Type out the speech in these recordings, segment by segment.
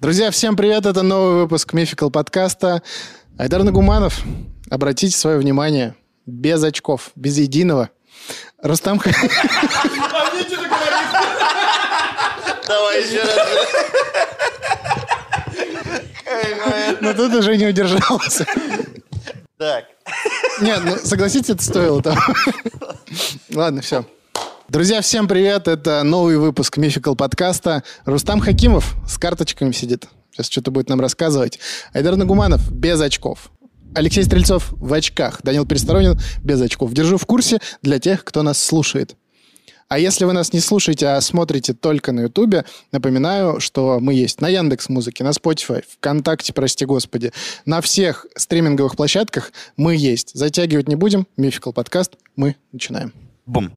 Друзья, всем привет! Это новый выпуск Мификал подкаста. Айдар Нагуманов, обратите свое внимание, без очков, без единого. Рустам, Ха- Давай еще раз. но Ну, тут уже не удержался. Так. Нет, ну согласитесь, это стоило того. Ладно, все. Друзья, всем привет! Это новый выпуск Мификал подкаста. Рустам Хакимов с карточками сидит. Сейчас что-то будет нам рассказывать. Айдар Нагуманов без очков. Алексей Стрельцов в очках. Данил Пересторонин без очков. Держу в курсе для тех, кто нас слушает. А если вы нас не слушаете, а смотрите только на Ютубе, напоминаю, что мы есть на Яндекс Музыке, на Spotify, ВКонтакте, прости господи, на всех стриминговых площадках мы есть. Затягивать не будем. Мификал подкаст. Мы начинаем. Бум.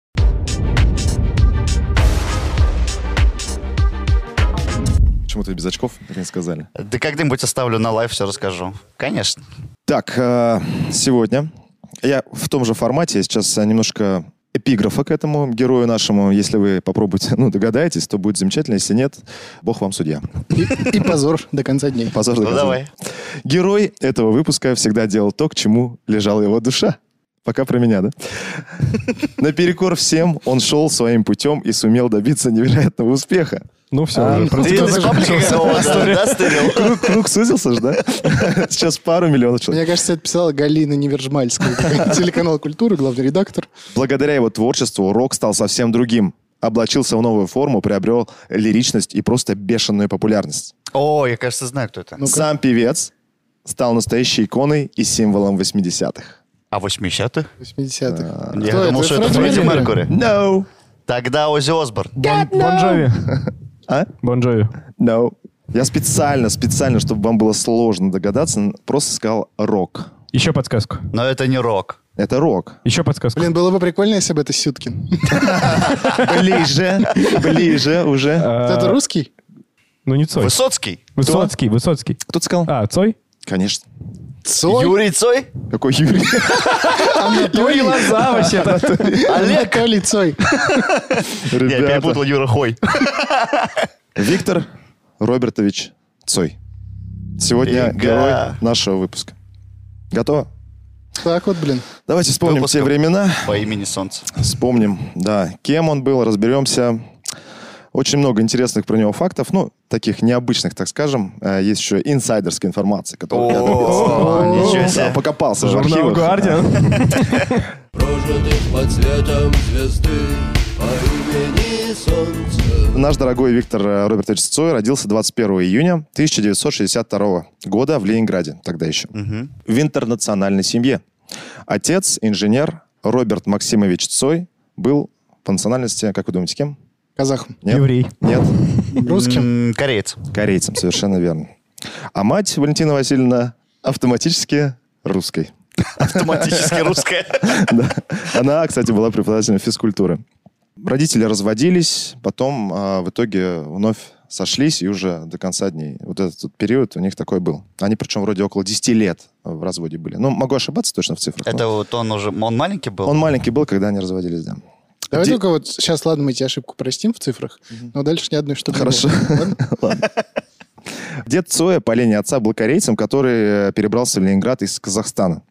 Почему ты без очков так не сказали? Да когда-нибудь оставлю на лайв, все расскажу. Конечно. Так, э, сегодня я в том же формате, сейчас э, немножко эпиграфа к этому герою нашему. Если вы попробуете, ну, догадаетесь, то будет замечательно. Если нет, бог вам судья. И, и позор до конца дней. Позор Ну доказан. давай. Герой этого выпуска всегда делал то, к чему лежала его душа. Пока про меня, да? Наперекор всем он шел своим путем и сумел добиться невероятного успеха. Ну все, уже, просто- Ты Кто из паблика какого-то достырил? Круг, круг сузился же, да? Сейчас пару миллионов человек. Мне кажется, это писала Галина Невержмальская, телеканал «Культура», главный редактор. Благодаря его творчеству рок стал совсем другим. Облачился в новую форму, приобрел лиричность и просто бешеную популярность. О, я, кажется, знаю, кто это. Сам певец стал настоящей иконой и символом 80-х. А 80-х? 80-х. А, Я Кто думал, что это Фредди Фредди Меркьюри? Меркури. No. Тогда Ози Осборн. Бонжови. А? Бонжови. No. Я специально, специально, чтобы вам было сложно догадаться, просто сказал рок. Еще подсказку. Но это не рок. Это рок. Еще подсказку. Блин, было бы прикольно, если бы это Сюткин. Ближе, ближе уже. А, Это русский? Ну не Цой. Высоцкий? Высоцкий, Высоцкий. Кто ты сказал? А, Цой? Конечно. Цой? Юрий Цой? Какой Юрий? Юрий Лоза вообще-то. Олег? Анатолий Цой. Я Ребята. перепутал Юра Хой. Виктор Робертович Цой. Сегодня Фига. герой нашего выпуска. Готово? Так вот, блин. Давайте вспомним Выпуска. те времена. По имени Солнце. Вспомним, да, кем он был, разберемся. Очень много интересных про него фактов, ну, таких необычных, так скажем. Э, Есть еще инсайдерская информация, которую я О, А ничего себе. Да, покопался же в Журнал архивах. «Гвардиан». прожитых под светом звезды по имени Солнце. Наш дорогой Виктор э, Робертович Цой родился 21 июня 1962 года в Ленинграде, тогда еще, в интернациональной семье. Отец, инженер Роберт Максимович Цой, был по национальности, как вы думаете, кем? Казахом. Нет. Еврей. Нет, Русским? М, Кореец. корейцем, совершенно верно. А мать Валентина Васильевна автоматически русской. Автоматически русская. Да. Она, кстати, была преподавателем физкультуры. Родители разводились, потом а, в итоге вновь сошлись и уже до конца дней. Вот этот вот период у них такой был. Они причем вроде около 10 лет в разводе были. Ну, могу ошибаться точно в цифрах. но Это вот он уже... Он маленький был? Он маленький был, когда они разводились, да. Давай Ди- только вот сейчас, ладно, мы тебе ошибку простим в цифрах, но дальше ни одной штуки не Хорошо. было. Ладно? Дед Цоя по линии отца был корейцем, который э, перебрался в Ленинград из Казахстана.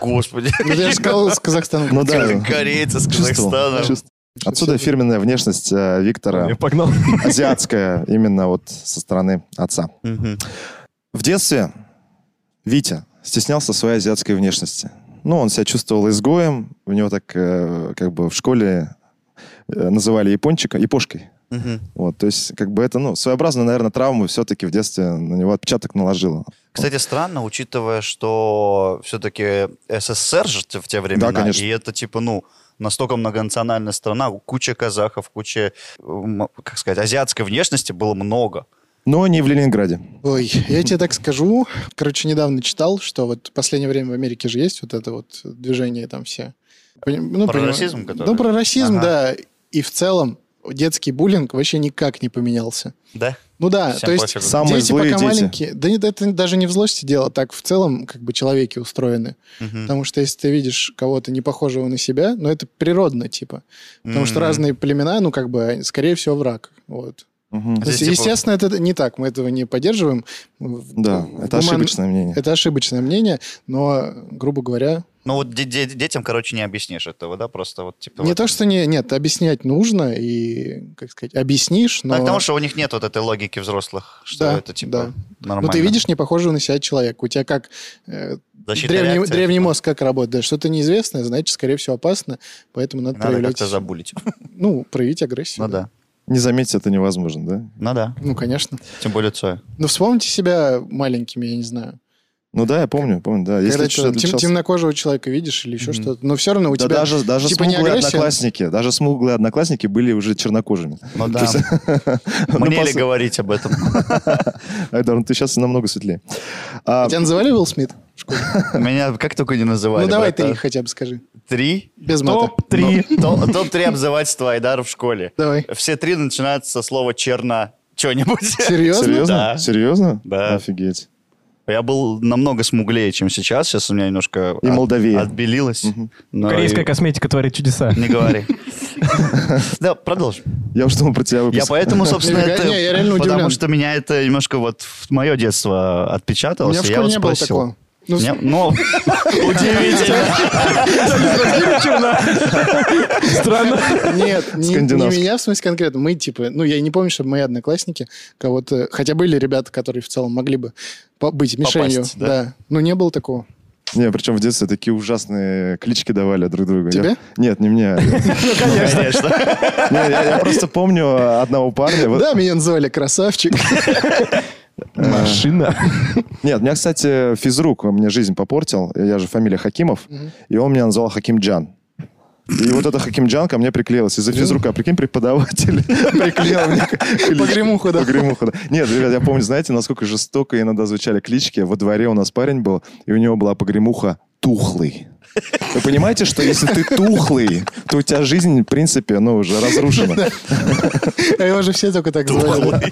Господи. Ну, я же сказал с Казахстаном. Ну да. Кореец из Чувствовал, Казахстана. чувствовал. Отсюда фирменная внешность э, Виктора. Я погнал. Ну азиатская именно вот со стороны отца. Мгм. В детстве Витя стеснялся своей азиатской внешности. Ну, он себя чувствовал изгоем, у него так э, как бы в школе э, называли япончика, япошкой. Мгм. Вот, то есть как бы это, ну, своеобразная, наверное, травма все-таки в детстве на него отпечаток наложила. Кстати, странно, учитывая, что все-таки СССР же в те времена, Да, конечно. и это типа, ну, настолько многонациональная страна, куча казахов, куча, м, как сказать, азиатской внешности было много. Но не в Ленинграде. Ой, я тебе так скажу. Короче, недавно читал, что вот в последнее время в Америке же есть вот это вот движение там все. Поним- Ну, Про поним- расизм, который? Ну, про расизм, Ага. да. И в целом детский буллинг вообще никак не поменялся. Да? Ну да, Всем то есть пофигу. Самые дети злые пока дети. маленькие. Да нет, это даже не в злости дело, так в целом как бы человеки устроены. Мгм. Потому что если ты видишь кого-то не похожего на себя, ну это природно, типа. Потому что Мгм. разные племена, ну как бы, они, скорее всего, враг. Вот. То есть, Здесь, типа, естественно, это не так. Мы этого не поддерживаем. В- Да, в это гуман- ошибочное мнение. Ну, Это ошибочное мнение, но, грубо говоря, Ну вот де- де- детям, короче, не объяснишь этого, да, просто вот типа... не вот. то, что не, нет, объяснять нужно и, как сказать, объяснишь, Да, но... потому а что у них нет вот этой логики взрослых, что Да, это типа да. нормально. Ну, ты видишь непохожего на себя человека. У тебя как э, Защитная древний, реакция, древний типа. мозг как работает? Да, Что-то неизвестное, значит, скорее всего, опасно, поэтому надо, Надо проявлять... как-то забулить. Ну, проявить агрессию. Ну да. Не заметить это невозможно, да? Ну да. Ну, конечно. Тем более Цоя. Но вспомните себя маленькими, я не знаю. Ну да, я помню, помню, А да. Если Когда чуть ты тем- отличался- темнокожего человека видишь или еще Мгм. что-то. Но все равно у да тебя даже, даже типа не смуглые агрессия. одноклассники, даже смуглые одноклассники были уже чернокожими. Ну То да. есть- Ну, Мне ли посу- говорить об этом? Айдар, ну ты сейчас намного светлее. А, Тебя называли Уилл Смит? в школе? Меня как только не называли. Ну, давай братан. ты хотя бы скажи. Три? Без мата. Топ-3. Ну, то- Топ-3 обзывательства Айдара в школе. Давай. Все три начинаются со слова черна. Че-нибудь. Серьезно? Серьезно? Да. Серьезно? Да. Офигеть. Я был намного смуглее, чем сейчас. Сейчас у меня немножко И от- молдовее. отбелилось. Но Корейская и- косметика творит чудеса. Не говори. Да, продолжим. Я уж думал про тебя Я выпуск. поэтому, собственно, Нифига, это... не, я реально удивлен. Потому что меня это немножко вот в мое детство У отпечаталось. меня в и я школе вот не было спросил. такого. Ну, Не- Ну, удивительно. Странно. Нет, не, не Скандинавский. меня, в смысле конкретно. Мы, типа, ну, я не помню, чтобы мои одноклассники кого-то... Хотя были ребята, которые в целом могли бы по- быть мишенью. Попасть, да? да? Ну, не было такого. Не, причем в детстве такие ужасные клички давали друг другу. Тебе? Я- Нет, не мне. Конечно. Не, Я я просто помню одного парня. вот- Да, меня называли красавчик. Машина. Нет, у меня, кстати, физрук мне жизнь попортил. Я же фамилия Хакимов. И он меня называл Хаким Джан. И вот это Хаким Джан ко мне приклеилось. Из-за физрука, прикинь, преподаватель приклеил мне кличку. гремуху, да. По гремуху, да. Нет, ребят, я помню, знаете, насколько жестоко иногда звучали клички. Во дворе у нас парень был, и у него была погремуха «Тухлый». Вы понимаете, что если ты тухлый, то у тебя жизнь, в принципе, ну, уже разрушена. А его же все только так звали.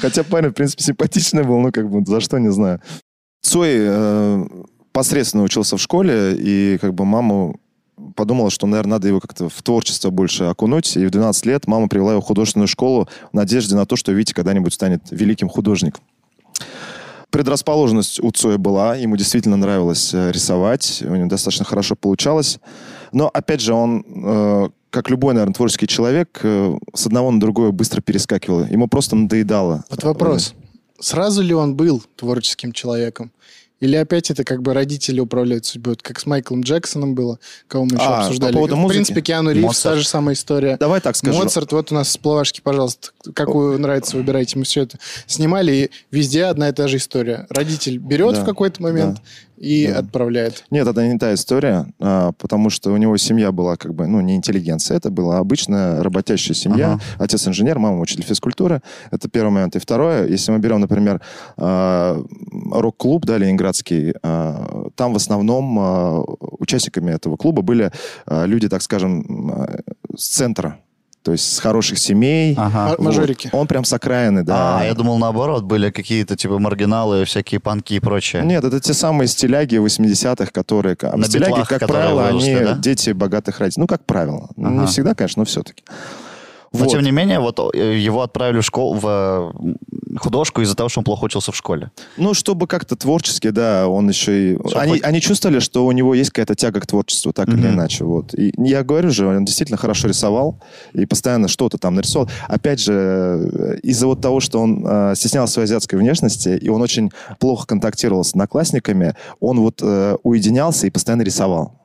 Хотя парень, в принципе, симпатичный был, ну, как бы, за что, не знаю. Цой э, посредственно учился в школе, и, как бы, маму подумала, что, наверное, надо его как-то в творчество больше окунуть. И в 12 лет мама привела его в художественную школу в надежде на то, что Витя когда-нибудь станет великим художником. Предрасположенность у Цоя была, ему действительно нравилось э, рисовать, у него достаточно хорошо получалось. Но, опять же, он, э, как любой, наверное, творческий человек, э, с одного на другое быстро перескакивал. Ему просто надоедало. Вот вопрос. Сразу ли он был творческим человеком? Или опять это как бы родители управляют судьбой? Вот как с Майклом Джексоном было, кого мы еще А, по обсуждали. поводу в музыки? принципе, Киану Ривз, Моцарт. та же самая история. Давай так скажу. Моцарт, вот у нас всплывашки, пожалуйста, какую нравится, выбирайте. Мы все это снимали, и везде одна и та же история. Родитель берет Да, в какой-то момент и да. отправляет. Нет, это не та история, а, потому что у него семья была как бы, ну, не интеллигенция, это была обычная работящая семья. Отец инженер, мама учитель физкультуры. Это первый момент. И второе, если мы берем, например, а, рок-клуб, да, ленинградский, а, там в основном а, участниками этого клуба были а, люди, так скажем, а, с центра, то есть с хороших семей. Ага. М- мажорики. Вот. Он прям с окраины, да. А, я думал, наоборот, были какие-то типа маргиналы, всякие панки и прочее. Нет, это те самые стиляги 80-х, которые... а На стиляги, битлах, как которые правило, выросли, они да? дети богатых родителей. Ну, как правило. Ага. Не всегда, конечно, но все-таки. Но тем не менее, вот э, его отправили в школу, в э, художку из-за того, что он плохо учился в школе. Ну, чтобы как-то творчески, да, он еще и... Чтоб Они, хоть- они чувствовали, что у него есть какая-то тяга к творчеству, так или Мгм. иначе. Вот. И я говорю же, он действительно хорошо рисовал и постоянно что-то там нарисовал. Опять же, э, из-за вот того, что он э, стеснялся своей азиатской внешности, и он очень плохо контактировал с одноклассниками, он вот э, уединялся и постоянно рисовал.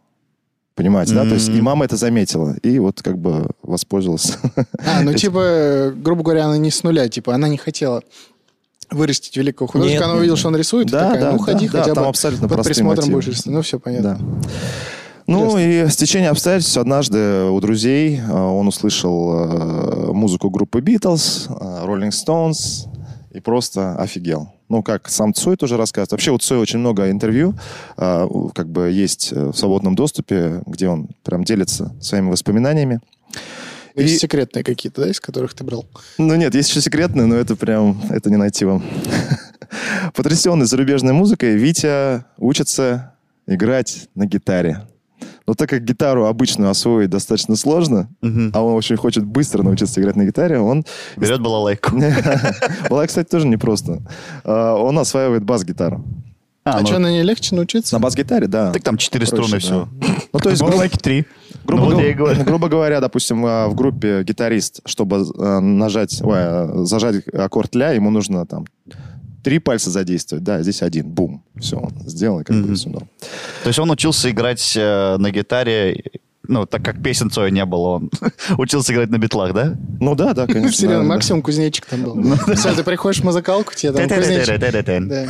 Понимаете, да? То есть и М. мама это заметила, и вот как бы воспользовалась. А, ну типа, э, грубо говоря, она не с нуля, типа, она не хотела вырастить великого художника, Нет, она нет, увидела, нет. что он рисует, и Да, такая, да, ну да, ходи да, хотя там бы абсолютно под простые присмотром мотивы. будешь рисовать. Ну все понятно. Да. Ну и стечение обстоятельств однажды у друзей э, он услышал э, музыку группы Beatles, э, Rolling Stones и просто офигел. Ну, как сам Цой тоже рассказывает. Вообще у Цоя очень много интервью, э, у- как бы есть э, в свободном доступе, где он прям делится своими воспоминаниями. Есть И- секретные какие-то, да, из которых ты брал? ну нет, есть еще секретные, но это прям, это не найти вам. Потрясенный зарубежной музыкой Витя учится играть на гитаре. Но так как гитару обычную освоить достаточно сложно, Мгм. а он очень хочет быстро научиться играть на гитаре, он... Берет балалайку. Была, кстати, тоже непросто. А, Он осваивает бас-гитару. А, А, ну, что, на ней легче научиться? На бас-гитаре, да. Так там четыре Проще, струны да. всего. Ну, то есть, грубо- Балалайки три. грубо, Ну, вот гов- я и говорю. грубо говоря, допустим, а, в группе гитарист, чтобы э, нажать, ой, э, зажать аккорд ля, ему нужно там три пальца задействовать, да, здесь один, бум, все, он сделал, и как бы Мгм. все норм. То есть он учился играть э, на гитаре, ну, так как песен Цоя не было, он учился играть на битлах, да? Ну Ну да, да, конечно. Серьезно, да, да. максимум кузнечик там был. Все, ты приходишь в музыкалку, тебе там кузнечик. Та-та-та-та-та-та. Да.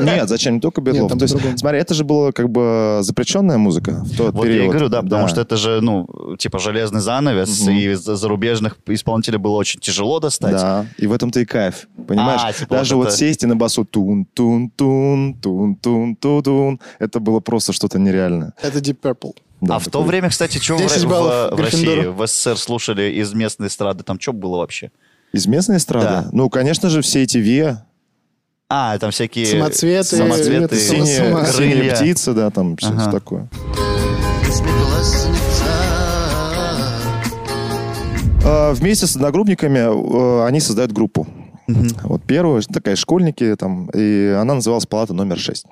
Ну, Нет, зачем? Не только Нет, Битлов. там То есть, по-другому. смотри, это же была как бы запрещенная музыка в тот Вот период. я и говорю, да, потому что это же, ну, типа железный занавес, Мгм. и за- зарубежных исполнителей было очень тяжело достать. Да, и в этом-то и кайф, понимаешь? А, типа Даже вот вот, это- сесть и на басу тун-тун-тун, тун-тун-тун, это было просто что-то нереальное. Это Deep Purple. Да, а в то такое. время, кстати, что в, 10 Ро- баллов в- в России, Гриффиндору. в СССР слушали из местной эстрады? Там что было вообще? Из местной эстрады? Да. Ну, конечно же, все эти ВИА, А, там всякие... Самоцветы, самоцветы, Ты с синие, ума. синие крылья. птицы, да, там все Ага. такое. А, Вместе с одногруппниками э, они создают группу. Вот первую, такая школьники, там, и она называлась «Палата номер 6».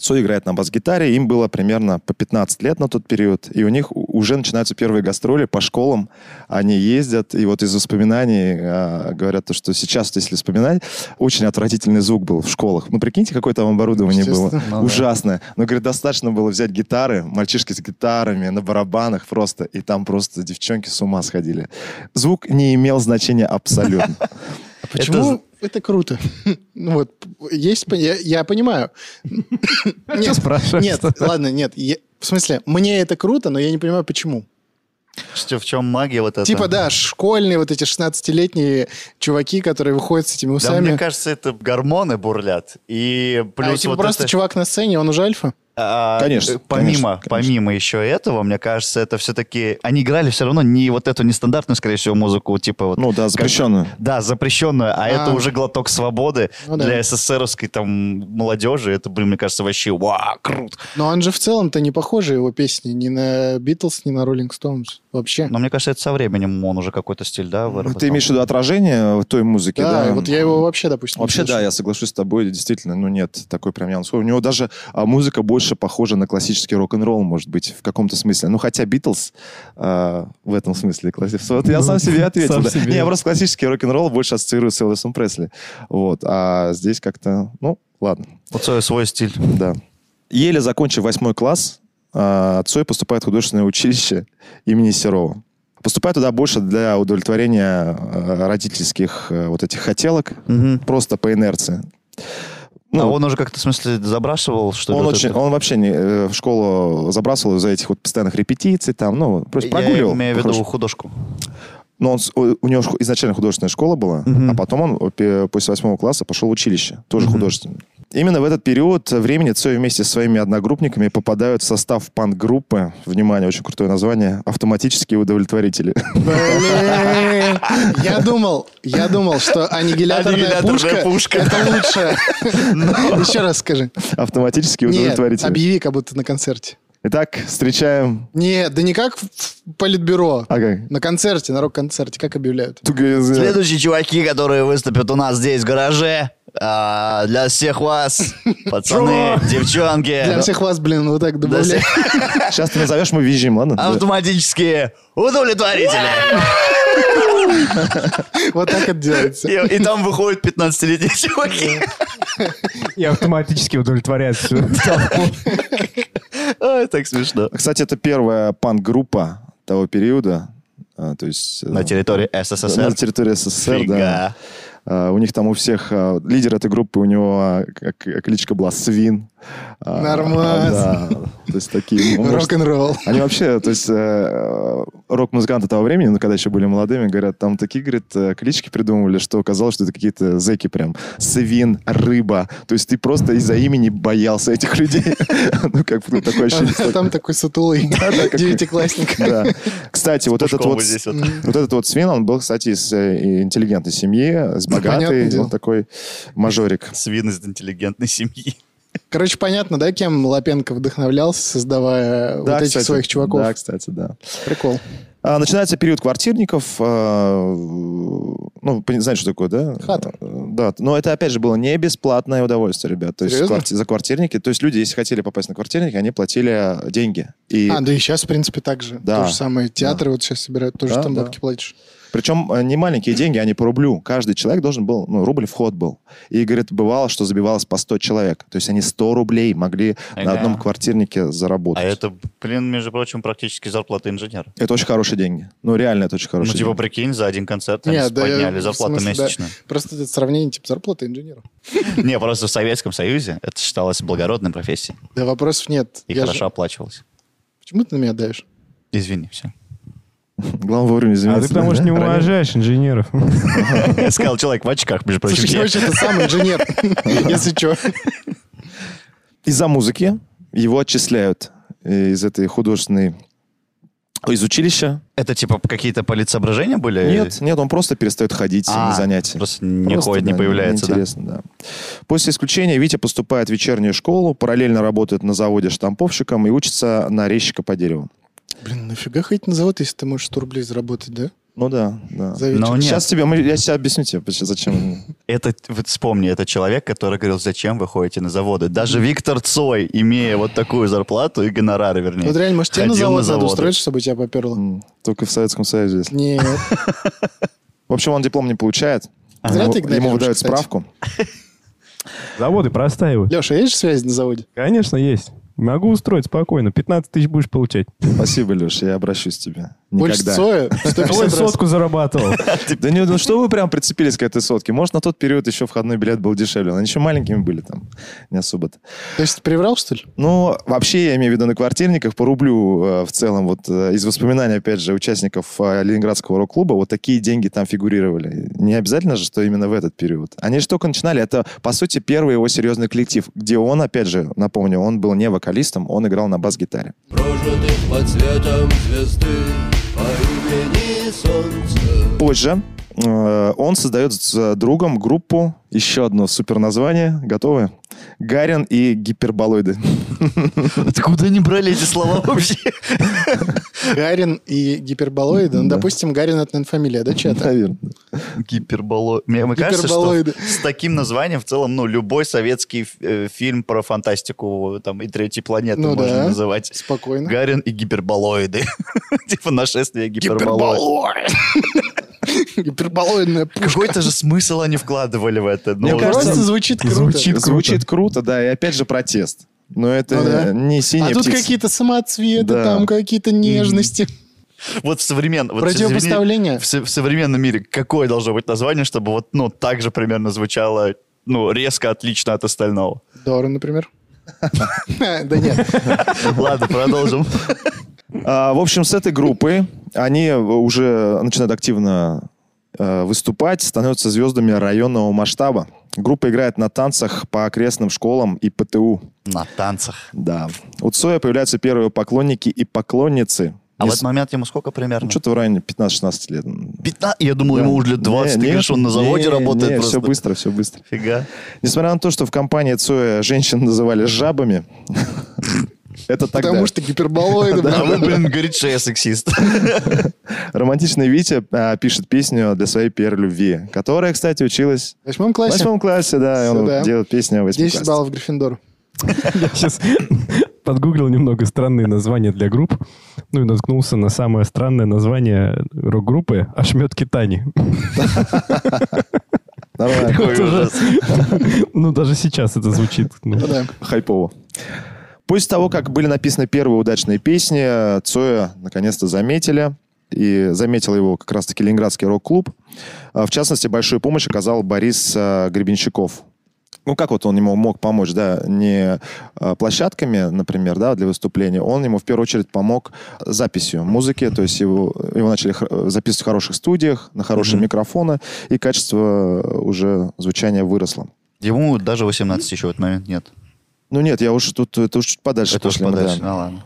Цой играет на бас-гитаре, им было примерно по 15 лет на тот период, и у них у- уже начинаются первые гастроли по школам, они ездят, и вот из воспоминаний а, говорят, то, что сейчас, вот если вспоминать, очень отвратительный звук был в школах. Ну, прикиньте, какое там оборудование было. Естественно. Ну да. Ужасное. Но, говорит, достаточно было взять гитары, мальчишки с гитарами на барабанах просто, и там просто девчонки с ума сходили. Звук не имел значения абсолютно. Почему это, круто? Ну вот, есть, пон- я, я понимаю. Что спрашиваешь? Нет, ладно, нет. я- в смысле, мне это круто, но я не понимаю, почему. Что- В чем магия вот эта? Типа, да, школьные вот эти 16-летние чуваки, которые выходят с этими Да, усами. мне кажется, это гормоны бурлят. И плюс а, типа, вот просто это- чувак на сцене, он уже альфа? А, Конечно, э, Помимо, конечно, конечно. помимо еще этого, мне кажется, это все-таки... Они играли все равно не вот эту нестандартную, скорее всего, музыку, типа вот... Ну да, запрещенную. Да, запрещенную, а, это уже глоток свободы Ну да. для СССРовской там молодежи. Это, блин, мне кажется, вообще ва, круто. Но он же в целом-то не похожи его песни ни на Битлз, ни на Роллинг Стоунс. Вообще. Но мне кажется, это со временем он уже какой-то стиль, да, Ну, выработал. Ты имеешь в виду отражение в той музыки, да, да? вот я его вообще, допустим, не Вообще, да, слушаю. я соглашусь с тобой, действительно, ну нет, такой прям я У него даже а, музыка больше похожа на классический рок-н-ролл, может быть, в каком-то смысле. Ну, хотя Битлз а, в этом смысле классический. Вот я Ну, сам себе ответил. сам да. себе. Не, я просто классический рок-н-ролл больше ассоциирую с Элвисом Пресли. Вот, а здесь как-то, ну, ладно, Вот свой, свой стиль. да. Еле закончив восьмой класс, а, Цой поступает в художественное училище имени Серова. Поступает туда больше для удовлетворения э, родительских э, вот этих хотелок, Мгм. просто по инерции. а Ну, он уже как-то, в смысле, забрасывал, что ли, он, вот очень, это? он вообще не, э, в школу забрасывал из-за этих вот постоянных репетиций, там, ну, просто прогуливал. Я имею в виду по-хорошему. художку. Но он, с- у у него ж изначально художественная школа была, Мгм. а потом он пе- после восьмого класса пошел в училище, тоже Мгм. художественное. Именно в этот период времени Цой вместе со своими одногруппниками попадают в состав панк-группы, внимание, очень крутое название, «Автоматические удовлетворители». Блин. Я думал, я думал, что аннигиляторная пушка, Аннигиляторная пушка, это лучше. Еще раз скажи. «Автоматические Нет, удовлетворители». объяви, как будто на концерте. Итак, встречаем... Нет, да не как в- в политбюро. А как? На концерте, на рок-концерте, как объявляют? Тут, э, Следующие чуваки, которые выступят у нас здесь в гараже, а, для всех вас, пацаны, девчонки, Для всех вас, блин, вот так для добавляют. всех Сейчас ты назовешь, мы визжим, ладно? автоматические удовлетворители. Вот так это делается. И, и там выходят 15-летние чуваки. И автоматически удовлетворяет всю толпу. Ой, так смешно. Кстати, это первая панк-группа того периода. а, то есть, э, На территории СССР. На территории СССР, да. Фига. А, у них там у всех... а, лидер этой группы, у него а, к- к- кличка была Свин. А, Нормас. да. То есть такие... ну, может, Рок-н-ролл. Они вообще, то есть э, рок-музыканты того времени, ну, когда еще были молодыми, говорят, там такие, говорит, э, клички придумывали, что казалось, что это какие-то зэки прям. Свин, рыба. То есть ты просто из-за имени боялся этих людей. Ну, как ну, такое ощущение. А что- Там такой сутулый девятиклассник. Да. Кстати, вот этот Пушком вот, вот здесь вот. вот этот вот Свин, он был, кстати, из э, интеллигентной семьи, с Ну, понятное богатой, дело. он такой мажорик. Свин из интеллигентной семьи. Короче, понятно, да, кем Лапенко вдохновлялся, создавая вот этих кстати. своих чуваков? Да, кстати, да. Прикол. А, Начинается период квартирников. а, Ну, пони- знаете, что такое, да? Хата. Э, Да, но это, опять же, было не бесплатное удовольствие, ребят. То есть Серьезно? кварти- за квартирники. То есть люди, если хотели попасть на квартирники, они платили деньги. И А, да и сейчас, в принципе, так же. Да. То же самое. Театры вот сейчас собирают, тоже Да, там да. бабки платишь. Причем э, не маленькие деньги, они по рублю. Каждый человек должен был, ну, рубль вход был. И, говорит, бывало, что забивалось по 100 человек. То есть они 100 рублей могли на Ага. одном квартирнике заработать. А это, блин, между прочим, практически зарплата инженера. Это очень хорошие деньги. Ну, реально, это очень хорошие ну, типа, деньги. прикинь, за один концерт они Не, да, подняли в зарплату смысле, да. месячную. Просто это сравнение типа зарплаты инженера. Не, просто в Советском Союзе это считалось благородной профессией Да вопросов нет. и Я хорошо же- оплачивалось. Почему ты на меня даешь? Извини, все. Главное вовремя А извиниться. ты потому что не уважаешь инженеров. Сказал человек в очках, между прочим. Слушай, я Я- вообще-то сам инженер, если что. Из-за музыки его отчисляют э, из этой художественной... э, Из училища? Это, типа, какие-то политсоображения были? Нет, нет, он просто перестает ходить А, на занятия. Просто не Просто, ходит, не да, появляется, да? неинтересно, да. После исключения Витя поступает в вечернюю школу, параллельно работает на заводе штамповщиком и учится на резчика по дереву. Блин, нафига ходить на завод, если ты можешь 100 рублей заработать, да? Ну да, да. За вечер. Ну, нет. Сейчас тебе, мы- я сейчас объясню тебе, поч- зачем. Это, вот вспомни, это человек, который говорил, зачем вы ходите на заводы. Даже Виктор Цой, имея вот такую зарплату и гонорары, вернее, Вот реально, может, тебе на ходил завод надо заводы. устроить, чтобы тебя поперло? М, Только в Советском Союзе. если- Нет. В общем, он диплом не получает. Зря Ему- ты игнорируешь, Ему выдают кстати. справку. Заводы простаивают. Леша, есть же связи на заводе? Конечно, есть. Могу устроить спокойно. 15 тысяч будешь получать. Спасибо, Леш, я обращусь к тебе. Больше Никогда. Цоя? Ой, 150 раз. сотку зарабатывал. Да не, ну что вы прям прицепились к этой сотке? Может, на тот период еще входной билет был дешевле. Они еще маленькими были там, не особо-то. То есть ты приврал, что ли? Ну, вообще, я имею в виду на квартирниках, по рублю э, в целом, вот э, из воспоминаний, опять же, участников э, Ленинградского рок-клуба, вот такие деньги там фигурировали. Не обязательно же, что именно в этот период. Они же только начинали, это, по сути, первый его серьезный коллектив, где он, опять же, напомню, он был не вокалистом, он играл на бас-гитаре. Прожитых под светом звезды По имени солнце Позже э, он создает с другом группу, еще одно супер название, готовы? Гарин и гиперболоиды. Откуда они брали эти слова вообще? Гарин и гиперболоиды. Ну, Да. допустим, Гарин это, наверное, фамилия, да, чья-то? Наверное. Гиперболоид. Мне мне кажется, что Гиперболоиды. с таким названием в целом, ну, любой советский э, фильм про фантастику там и третью планету Ну можно да. называть. Спокойно. Гарин и гиперболоиды. Типа нашествие гиперболоидов. Гиперболоидная пушка. Какой-то же смысл они вкладывали в это. Мне Ну, кажется, Просто звучит круто. А звучит круто. Звучит круто, да, и опять же протест. Но это Ну да. э, не А синяя тут птица. какие-то самоцветы, Да. там какие-то нежности. Вот в современном... вот Противопоставление. В, со- в современном мире какое должно быть название, чтобы вот, ну, так же примерно звучало, ну, резко отлично от остального? Дора, например. Да нет. Ладно, продолжим. А, в общем, с этой группы они уже начинают активно э, выступать, становятся звездами районного масштаба. Группа играет на танцах по окрестным школам и ПТУ. На танцах. Да. У Цоя появляются первые поклонники и поклонницы. А в Не этот с- момент ему сколько примерно? ну, что-то в районе 15-16 лет. 15? Я думал, ему уже лет 20. Ты говоришь, он на заводе работает просто. все быстро, все быстро. Фига. Несмотря на то, что в компании Цоя женщин называли жабами, это тогда. Потому что гиперболоиды. А вы, блин. блин, говорит, что я сексист. Романтичный Витя а, пишет песню для своей первой любви, которая, кстати, училась В восьмом в классе. восьмом классе, да, и он Сюда. делает песню в восьмом 10 классе. баллов Гриффиндору. Я сейчас подгуглил немного странные названия для групп. Ну и наткнулся на самое странное название рок-группы «Ошметки Тани». Нормально, Ой, ужас. Ну даже сейчас это звучит. ну. Ну да. хайпово. После того, как были написаны первые удачные песни, Цоя наконец-то заметили, и заметил его как раз-таки Ленинградский рок-клуб. А, В частности, большую помощь оказал Борис а, Гребенщиков. Ну, как вот он ему мог помочь, да, не э, площадками, например, да, для выступления, он ему в первую очередь помог записью музыки, то есть его, его начали хр- записывать в хороших студиях, на хорошие Мгм. микрофоны, и качество э, уже звучания выросло. Ему даже 18 еще в этот момент нет. Ну нет, я уж тут, это уж чуть подальше Это уж пошли мы, подальше. да. Ну ладно.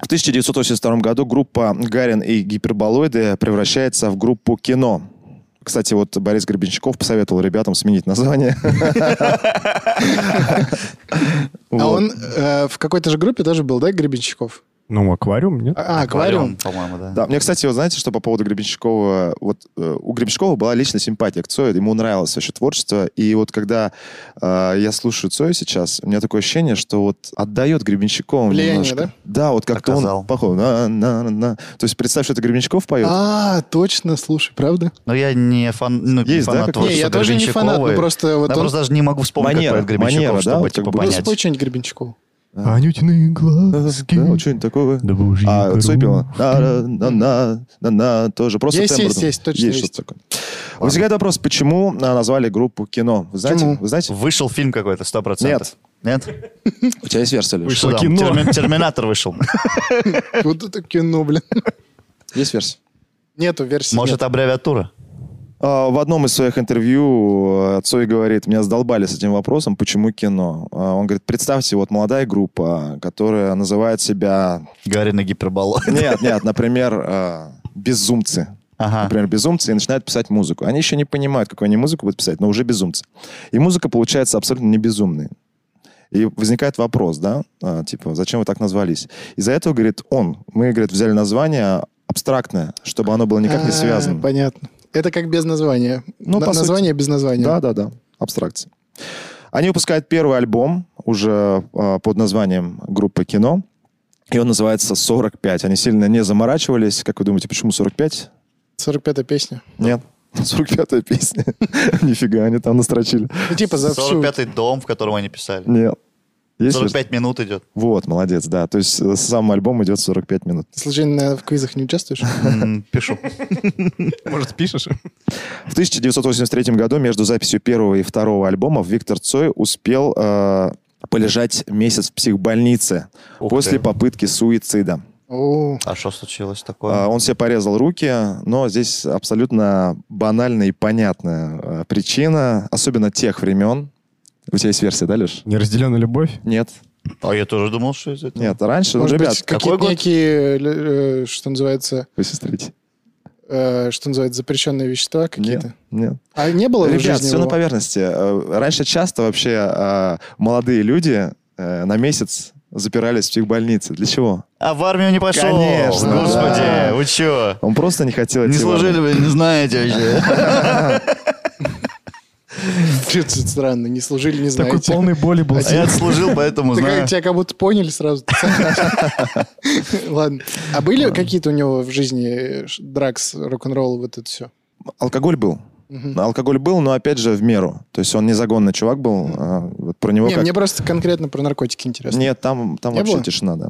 В 1982 году группа «Гарин и гиперболоиды» превращается в группу «Кино». Кстати, вот Борис Гребенщиков посоветовал ребятам сменить название. А Вот. он э, в какой-то же группе тоже был, да, Гребенщиков? Ну, аквариум, нет? А, а, аквариум. по-моему, да. Да, мне, кстати, вот знаете, что по поводу Гребенщикова, вот э, у Гребенщикова была личная симпатия к Цою, ему нравилось вообще творчество, и вот когда э, я слушаю Цою сейчас, у меня такое ощущение, что вот отдает Гребенщиковым Влияние, немножко. да? Да, вот как-то Оказал. он похож. На, на, на, на. То есть представь, что это Гребенщиков поет. А, точно, слушай, правда? Но я не фан, ну, не Есть, да, фанат какой-то? творчества Не, я тоже не Гребенщикова. фанат, ну просто вот я он... просто даже не могу вспомнить, Манера, как поет Гребенщиков, манера, да, чтобы, вот типа, как бы. Ну, спой понять. что-нибудь Гребенщикову. Анютины глазки. А. Да, вот что-нибудь такое. Да божьи А Цой пела. коровки. На, на, на, на, на, тоже. Просто Есть, тембр есть, там. есть, точно есть. Есть что-то такое. Возникает вопрос, почему а, назвали группу кино? Вы знаете? Почему? Вы знаете? Вышел фильм какой-то, 100%. Нет? Нет? У тебя есть версия, Леш? Вышло Что там? кино. Терми- Терминатор вышел. Вот это кино, блин. Есть версия. Нету версии. Может, нет. это аббревиатура? А, В одном из своих интервью э, Цой говорит, меня задолбали с этим вопросом, почему кино. А, Он говорит, представьте, вот молодая группа, которая называет себя... Гарри на гиперболу. Нет, нет, например, э, «Безумцы». Ага. Например, «Безумцы» и начинают писать музыку. Они еще не понимают, какую они музыку будут писать, но уже «Безумцы». И музыка получается абсолютно не безумной. И возникает вопрос, да, а, типа, зачем вы так назвались? Из-за этого, говорит, он, мы, говорит, взяли название абстрактное, чтобы оно было никак не А, связано. Понятно. Это как без названия. Ну, На- по сути. Название без названия. Да, да, да. Абстракция. Они выпускают первый альбом уже э, под названием группы кино. И он называется 45. Они сильно не заморачивались. Как вы думаете, почему 45? 45-я песня. Нет. 45-я песня. Нифига, они там настрочили. Ну, типа за всю... 45-й дом, в котором они писали. Нет. Есть версия? 45 минут идет. Вот, молодец, да. То есть э, сам альбом идет 45 минут. Случайно в квизах не участвуешь? М, Пишу. Может, пишешь? В 1983 году между записью первого и второго альбомов Виктор Цой успел э, полежать месяц в психбольнице Ух после ты. попытки суицида. О, А что случилось А, Типа. такое? Он себе порезал руки, но здесь абсолютно банальная и понятная э, причина, особенно тех времен. У тебя есть версия, да, Леш? Неразделенная любовь. Нет. А я тоже думал, что из этого. Нет, раньше, ну, может ребят, быть, какие-то какой год? некие, э, э, что называется, вы сестрите? э, что называется, запрещенные вещества какие-то. Нет. А не было в Ребят, жизни все его? на поверхности. Э, Раньше часто вообще э, молодые люди э, на месяц запирались в психбольнице. Для чего? А в армию не пошел. Конечно, да. Господи, вы чего? Он просто не хотел Не идти в армию. служили вы, не знаете вообще. Чё-то странно, не служили, не знаете. Такой полный боли был. А я служил, Ну, поэтому Так, знаю. тебя как будто поняли сразу. Ладно. А были какие-то у него в жизни э, ш- дракс, рок-н-ролл, вот это все? Алкоголь был. Алкоголь был, но опять же в меру. То есть он не загонный чувак был. а, вот про него Не, как... мне просто конкретно про наркотики интересно. Нет, там, там Не вообще было? тишина, да.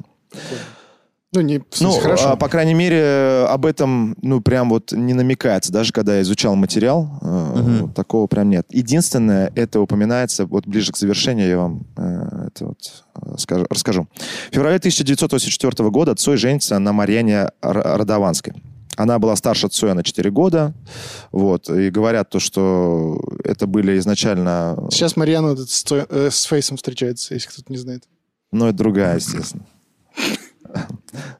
Ну, не, в Ну, смысле, хорошо. а, по крайней мере, об этом, ну, прям вот не намекается. Даже когда я изучал материал, э, Мгм. вот такого прям нет. Единственное, это упоминается, вот ближе к завершению я вам э, это вот э, скажу- расскажу. В феврале 1984 года Цой женится на Марьяне Р- Родованской. Она была старше Цоя на 4 года, вот, и говорят то, что это были изначально... Сейчас Марьяна вот этот с той- э, с Фейсом встречается, если кто-то не знает. Ну, это другая, естественно.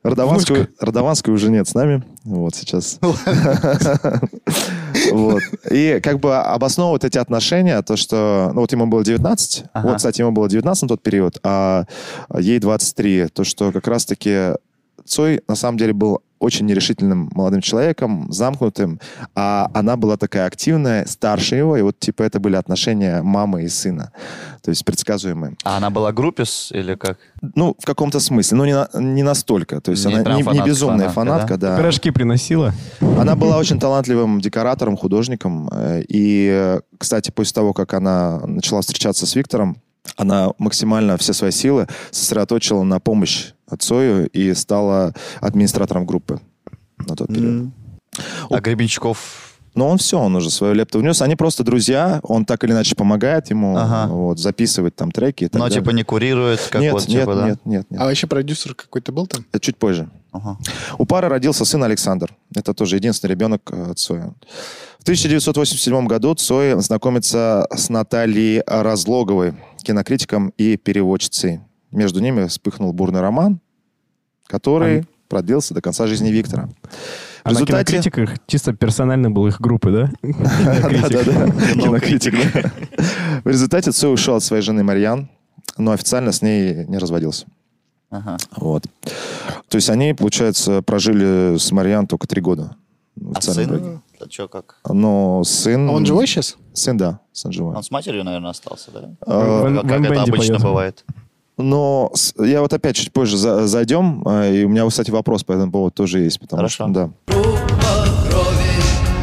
Родованскую, Родованскую уже нет с нами. Вот сейчас. Вот. И как бы обосновывают эти отношения, то, что... Ну, вот ему было 19. Ага. Вот, кстати, ему было 19 на тот период, а ей 23. То, что как раз-таки Цой на самом деле был очень нерешительным молодым человеком, замкнутым, а она была такая активная, старше его, и вот типа это были отношения мамы и сына, то есть предсказуемые. А она была группис или как? Ну, в каком-то смысле, но не, на- не настолько. То есть Не она прям не, не фанатка, безумная фанатка, фанатка, да. Пирожки приносила. Она была очень талантливым декоратором, художником. э, И, э, кстати, после того, как она начала встречаться с Виктором, она максимально все свои силы сосредоточила на помощь Цою и стала администратором группы на тот период. М. А Гребенщиков... Но он все, он уже свою лепту внес. Они просто друзья, он так или иначе помогает ему Ага. вот, записывать там треки и так Но далее. типа не курирует, как нет, вот нет, типа, да? нет, нет, нет. А вообще продюсер какой-то был там? Это чуть позже. Ага. У пары родился сын Александр. Это тоже единственный ребенок э, Цоя. В 1987 году Цой знакомится с Натальей Разлоговой, кинокритиком и переводчицей. Между ними вспыхнул бурный роман, который продлился до конца жизни Виктора. В А на кинокритиках чисто персонально был их группы, да? Кинокритик. Да-да-да. Кинокритик. да. В результате Цой ушел от своей жены Марьян. но официально с ней не разводился. Ага. Вот. То есть они, получается, прожили с Мариан только три года. в А официальном браке. сын? А чё, как? Но сын... А он живой сейчас? Сын, да, сын живой. Он с матерью, наверное, остался, да? Э, Ван- как Ван это Бенди обычно поет. бывает. Но с- я вот опять чуть позже за- зайдем, э, и у меня, кстати, вопрос по этому поводу тоже есть. Потому Хорошо. Что, да. Группа крови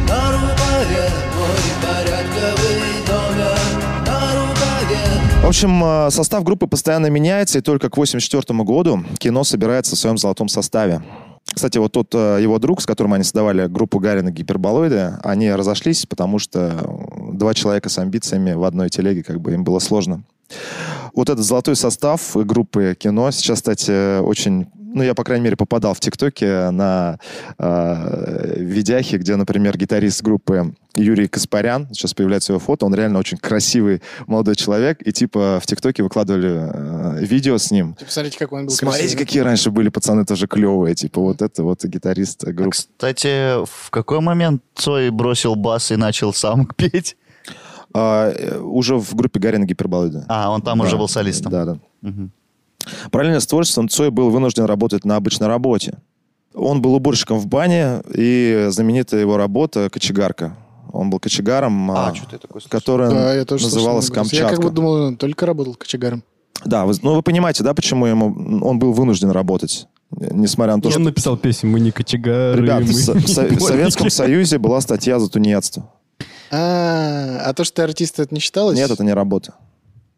на рукаве Мой порядковый номер на рукаве В общем, э, состав группы постоянно меняется, и только к 84 году кино собирается в своем золотом составе. Кстати, вот тот э, его друг, с которым они создавали группу Гарина Гиперболоиды, они разошлись, потому что э, два человека с амбициями в одной телеге, как бы им было сложно. Вот этот золотой состав группы кино сейчас, кстати, очень... Ну, я, по крайней мере, попадал в ТикТоке на э, видяхи, где, например, гитарист группы Юрий Каспарян, сейчас появляется его фото, он реально очень красивый молодой человек, и типа в ТикТоке выкладывали э, видео с ним. Типа, смотрите, какой он был Смотрите, красивый. какие раньше были пацаны тоже клевые, типа вот это вот гитарист А, группы. Кстати, в какой момент Цой бросил бас и начал сам петь? А, э, уже в группе Гарина Гиперболоида. А, он там Да, уже был солистом. Да, да. Мгм. Параллельно с творчеством Цой был вынужден работать на обычной работе. Он был уборщиком в бане, и знаменитая его работа «Кочегарка». Он был кочегаром, А, а, чё ты такой слышал? которая Да, я тоже слышал называлась много раз. Я как «Камчатка». бы думал, он только работал кочегаром. Да, вы, ну вы понимаете, да, почему ему он был вынужден работать, несмотря на то, Он что... написал песню «Мы не кочегары, Ребят, мы в, Со- не в Со- в дворники». Советском Союзе была статья за тунеядство. А, а то, что ты артист, это не считалось? Нет, это не работа.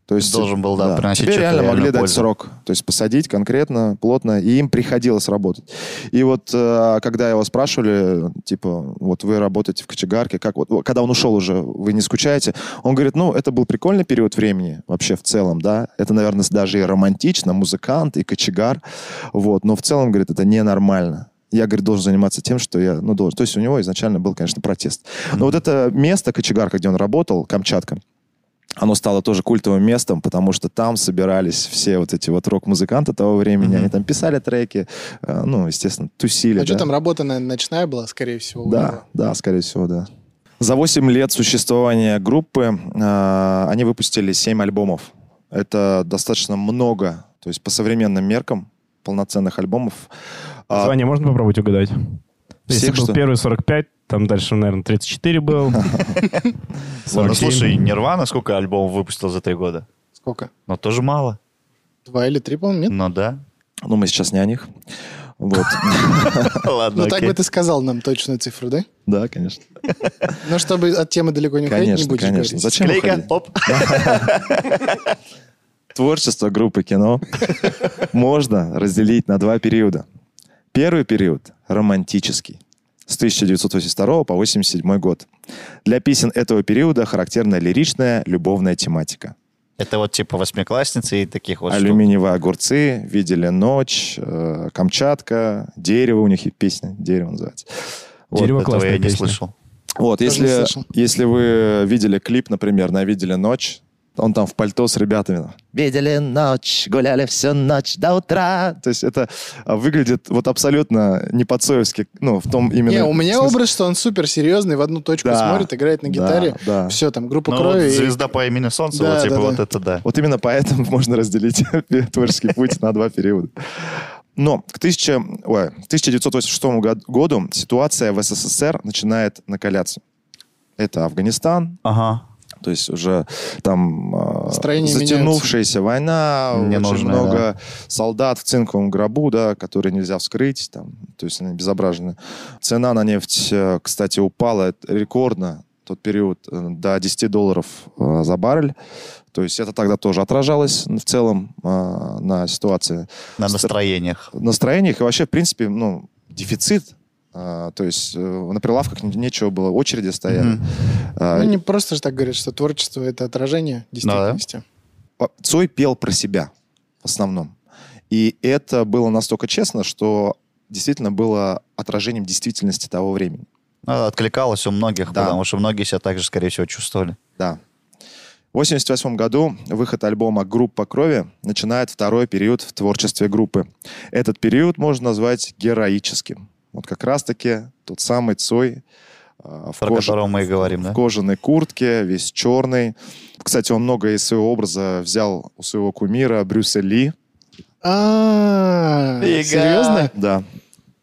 То есть Должен был, да, приносить Тебе чё-то реально реально могли дать пользу. срок. То есть посадить конкретно, плотно, и им приходилось работать. И вот э, когда его спрашивали, типа, вот вы работаете в кочегарке, как вот, вот, когда он ушел уже, вы не скучаете? Он говорит, ну, это был прикольный период времени вообще в целом, да. Это, наверное, даже и романтично, музыкант, и кочегар. Вот, но в целом, говорит, это ненормально. Я, говорит, должен заниматься тем, что я, ну, должен. То есть у него изначально был, конечно, протест. Но вот это место, кочегарка, где он работал, Камчатка, оно стало тоже культовым местом, потому что там собирались все вот эти вот рок-музыканты того времени. Они там писали треки, э, ну, естественно, тусили. А что да. там, работа, наверное, ночная была, скорее всего? у Да, него? да, скорее всего, да. За 8 лет существования группы э, они выпустили 7 альбомов. Это достаточно много, то есть по современным меркам полноценных альбомов. А, Название можно попробовать угадать? Если Всех, был что ли? первый 45, там дальше, наверное, 34 был. Ладно, 47. Ну, слушай, Нирвана сколько альбомов выпустил за три года? Сколько? Но тоже мало. Два или три, по-моему, нет? Ну да. ну, мы сейчас не о них. Вот. Ладно, Ну, так окей. бы ты сказал нам точную цифру, да? Да, конечно. Но чтобы от темы далеко не уходить, не Конечно, будешь конечно. говорить. Зачем Клейка, уходить? оп. творчество группы кино можно разделить на два периода. Первый период – романтический, с 1982 по 1987 год. Для песен этого периода характерна лиричная любовная тематика. Это вот типа восьмиклассницы и таких вот штук. Алюминиевые огурцы, видели ночь, э, Камчатка, дерево у них и песня, дерево называется. Вот. Дерево Этого классная я не песня. слышал. Вот, Тоже не если, слышал. если вы видели клип, например, на «Видели ночь», он там в пальто с ребятами. Видели ночь, гуляли всю ночь до утра. То есть это а, выглядит вот абсолютно не по-цоевски. Ну, в том именно... Не, у меня смысле- образ, что он супер серьезный, в одну точку Да. смотрит, играет на Да, гитаре. да. Все, там, группа Ну вот крови. и- звезда по имени Солнце, Да, вот типа да, вот да. это да. Вот именно поэтому можно разделить творческий путь на два периода. Но к 1000 ой, к 1986 год- году ситуация в СССР начинает накаляться. Это Афганистан, Ага. То есть уже там э, Настроения затянувшаяся война, очень Ненужная, много солдат в цинковом гробу, да, которые нельзя вскрыть, там, то есть они безображены. Цена на нефть, э, кстати, упала это рекордно в тот период э, до 10 долларов э, за баррель. То есть это тогда тоже отражалось в целом э, на ситуации На Стр- настроениях. настроениях и вообще, в принципе, ну, дефицит. А, то есть э, на прилавках не- нечего было, очереди стояли. Мгм. А, Ну, не просто же так говорят, что творчество — это отражение Ну действительности. по- Цой пел про себя в основном. И это было настолько честно, что действительно было отражением действительности того времени. Ну, Откликалось у многих, Да. потому что многие себя также, скорее всего, чувствовали. Да. В 1988 году выход альбома «Группа крови» начинает второй период в творчестве группы. Этот период можно назвать героическим. Вот как раз-таки тот самый Цой, а, в, Про коже- которого мы и говорим, в да? кожаной куртке, весь черный. Кстати, он много из своего образа взял у своего кумира Брюса Ли. А, Фига. серьезно? Да.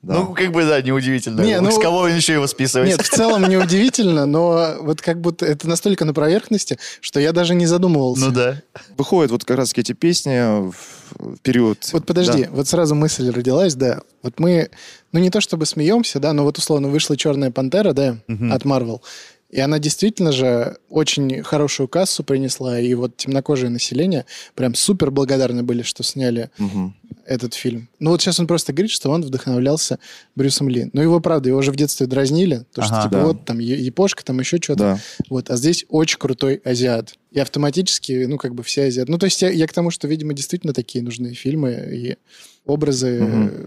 да. Ну, как бы, да, неудивительно. Не, С ну- кого вы еще его списываете? Нет, в целом неудивительно, но вот как будто это настолько на поверхности, что я даже не задумывался. Ну да. Выходят вот как раз эти песни в в период... Вот подожди, Да. вот сразу мысль родилась, да. Вот мы, ну не то чтобы смеемся, да, но вот условно вышла «Черная пантера», да, от Marvel. И она действительно же очень хорошую кассу принесла, и вот темнокожее население прям супер благодарны были, что сняли Мгм. этот фильм. Ну вот сейчас он просто говорит, что он вдохновлялся Брюсом Ли. Ну его, правда, его же в детстве дразнили, то что Ага. типа Да. вот там я- япошка, там еще что-то. Да. Вот, а здесь очень крутой азиат. И автоматически, ну, как бы все азиаты. Ну, то есть я, я к тому, что, видимо, действительно такие нужны фильмы и образы. Мгм. э,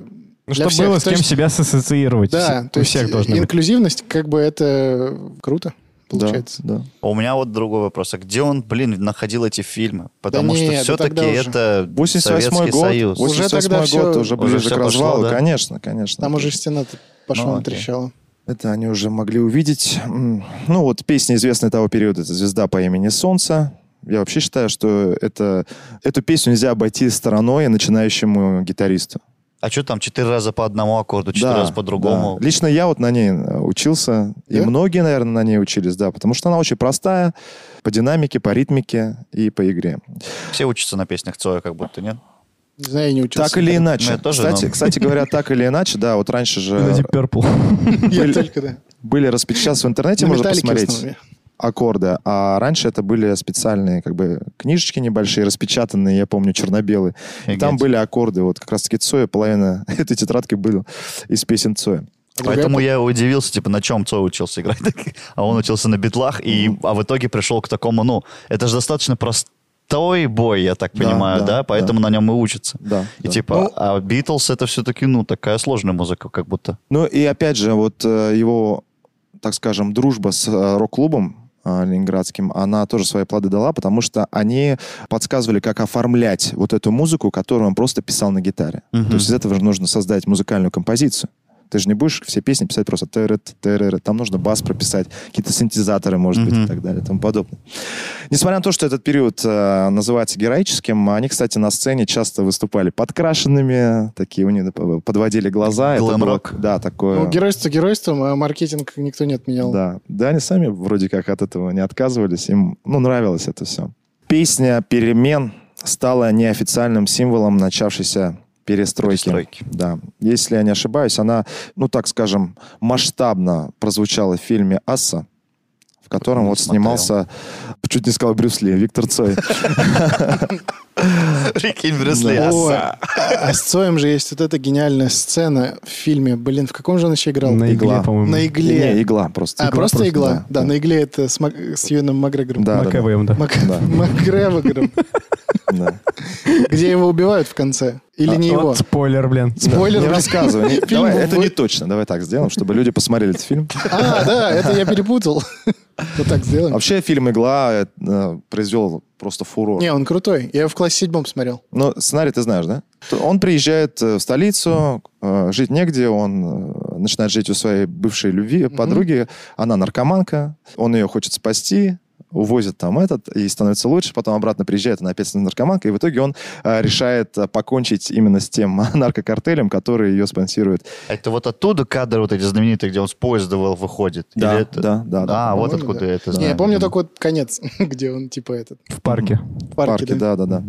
Ну, для чтобы всех. было с То кем есть- себя ассоциировать. Да, Все- то у есть всех должны быть. инклюзивность, как бы это круто получается. Да, да. А У меня вот другой вопрос. А где он, блин, находил эти фильмы? Потому что не, да все-таки тогда уже. это 88 Советский год, Союз. Уже тогда 88 всё- год, уже Уже ближе всё к пошло, развалу, да? конечно, конечно. Там уже стена по Ну, швам окей. трещала. Это они уже могли увидеть. М, Ну вот песни известные того периода, это «Звезда по имени Солнца». Я вообще считаю, что это, эту песню нельзя обойти стороной начинающему гитаристу. А что там, четыре раза по одному аккорду, четыре раза по-другому? да. Лично я вот на ней э, учился, и Да? многие, наверное, на ней учились, да, потому что она очень простая по динамике, по ритмике и по игре. Все учатся на песнях Цоя как будто, нет? Не знаю, я не учился. Так или иначе. ну, я тоже, кстати, но- кстати говоря, так или иначе, да, вот раньше На же Deep Purple. Я были- только, да. были распечатки, сейчас в интернете На можно «Металлике» в посмотреть. основном. аккорды, а раньше это были специальные как бы книжечки небольшие, распечатанные, я помню, черно-белые. И Офигеть. там были аккорды, вот как раз-таки Цоя, половина этой тетрадки была из песен Цоя. А Поэтому другая- я удивился, типа, на чем Цой учился играть. А он учился на битлах, и, а в итоге пришел к такому, ну, это же достаточно простой бой, я так Да, понимаю, да, да? Поэтому на нем и учатся. Да, И да. типа, Ну- а Битлз это все-таки, ну, такая сложная музыка, как будто. Ну и опять же, вот э, его, так скажем, дружба с э, рок-клубом э, ленинградским, она тоже свои плоды дала, потому что они подсказывали, как оформлять вот эту музыку, которую он просто писал на гитаре. Мгм. То есть из этого же нужно создать музыкальную композицию. Ты же не будешь все песни писать просто «тырыт, тырыт». Там нужно бас прописать, какие-то синтезаторы, может быть, Мгм. и так далее, и тому подобное. Несмотря на то, что этот период э, называется героическим, они, кстати, на сцене часто выступали подкрашенными, такие у них э, подводили глаза. Это было- Глэм-рок. Да, такое. Ну, геройство геройством, а маркетинг никто не отменял. Да. да, они сами вроде как от этого не отказывались. Им ну, нравилось это все. Песня «Перемен» стала неофициальным символом начавшейся перестройки. Перестройки. Да. Если я не ошибаюсь, она, ну так скажем, масштабно прозвучала в фильме «Асса», в котором Не вот смотрел. снимался, чуть не сказал Брюс Ли, Виктор Цой. Прикинь, Брюс Ли, Ой, аса. а а с Цоем же есть вот эта гениальная сцена в фильме. Блин, в каком же он еще играл? На игла. игле, по-моему. На игле. Не, игла просто. А, просто, просто, игла. да, Да, ну да. на игле это с, Мак- с Юэном Макгрегором. Да, да, да. Макэвэем, да. Мак... Да. Макгрегором. Да. Где его убивают в конце. А, Или не его. Вот спойлер, блин. Спойлер. Не блин. рассказывай. не- Фильм давай, вы- это не точно. Давай так сделаем, чтобы люди посмотрели этот фильм. А, да, это я перепутал. Вот так сделаем. Вообще фильм «Игла» э, произвел просто фурор. Не, он крутой. Я его в классе седьмом смотрел. Но сценарий ты знаешь, да? То Он приезжает э, в столицу, э, жить негде, он э, начинает жить у своей бывшей любви, подруги. Она наркоманка, он ее хочет спасти, увозит там этот, и становится лучше, потом обратно приезжает, она опять становится наркоманкой, и в итоге он э, решает э, покончить именно с тем наркокартелем, который ее спонсирует. Это вот оттуда кадры вот эти знаменитые, где он с поезда выл- выходит? Да, Или это- да, да, да. А, вот По-моему, откуда да. я это Не, знаю. я помню только вот конец, где он, типа, этот, В парке. в В парке, да. да, да, да.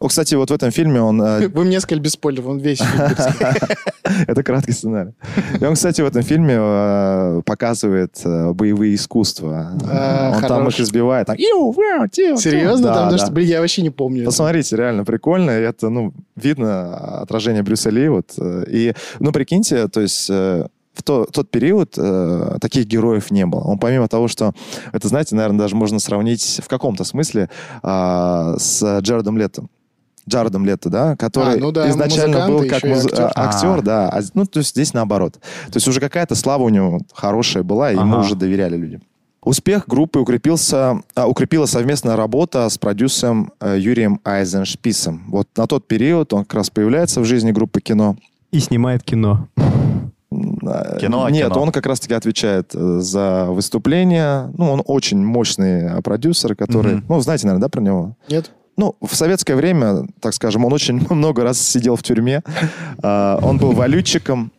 О, кстати, вот в этом фильме он э, Вы мне сказали без спойлеров, он весь. фильм пересмотрел. Это краткий сценарий. И он, кстати, в этом фильме э, показывает э, боевые искусства. А, Он там хорош. их избивает. там, «Иу, вау, тю, тю». Серьезно? Да, Там да. даже, блин, я вообще не помню. Посмотрите, реально прикольно. И Это, ну, видно а, отражение Брюса Ли. Вот. э, И, ну, прикиньте, то есть... э, В то- тот период э, таких героев не было. Он помимо того, что это, знаете, наверное, даже можно сравнить в каком-то смысле а, с Джаредом Летом. Джаредом Лето, да, который А, ну да, изначально музыкант был и как еще и муз- актер. а, актер, да. А, ну, то есть здесь наоборот. То есть уже какая-то слава у него хорошая была, и ему Ага. уже доверяли люди. Успех группы укрепился, а, укрепила совместная работа с продюсером э, Юрием Айзеншписом. Вот на тот период он как раз появляется в жизни группы кино. И снимает кино. М, А, Кино, а Нет, кино. он как раз-таки отвечает э, за выступление. Ну, он очень мощный э, продюсер, который... Мгм. Ну, знаете, наверное, да, про него? Нет? Ну, в советское время, так скажем, он очень много раз сидел в тюрьме. А, Он был валютчиком.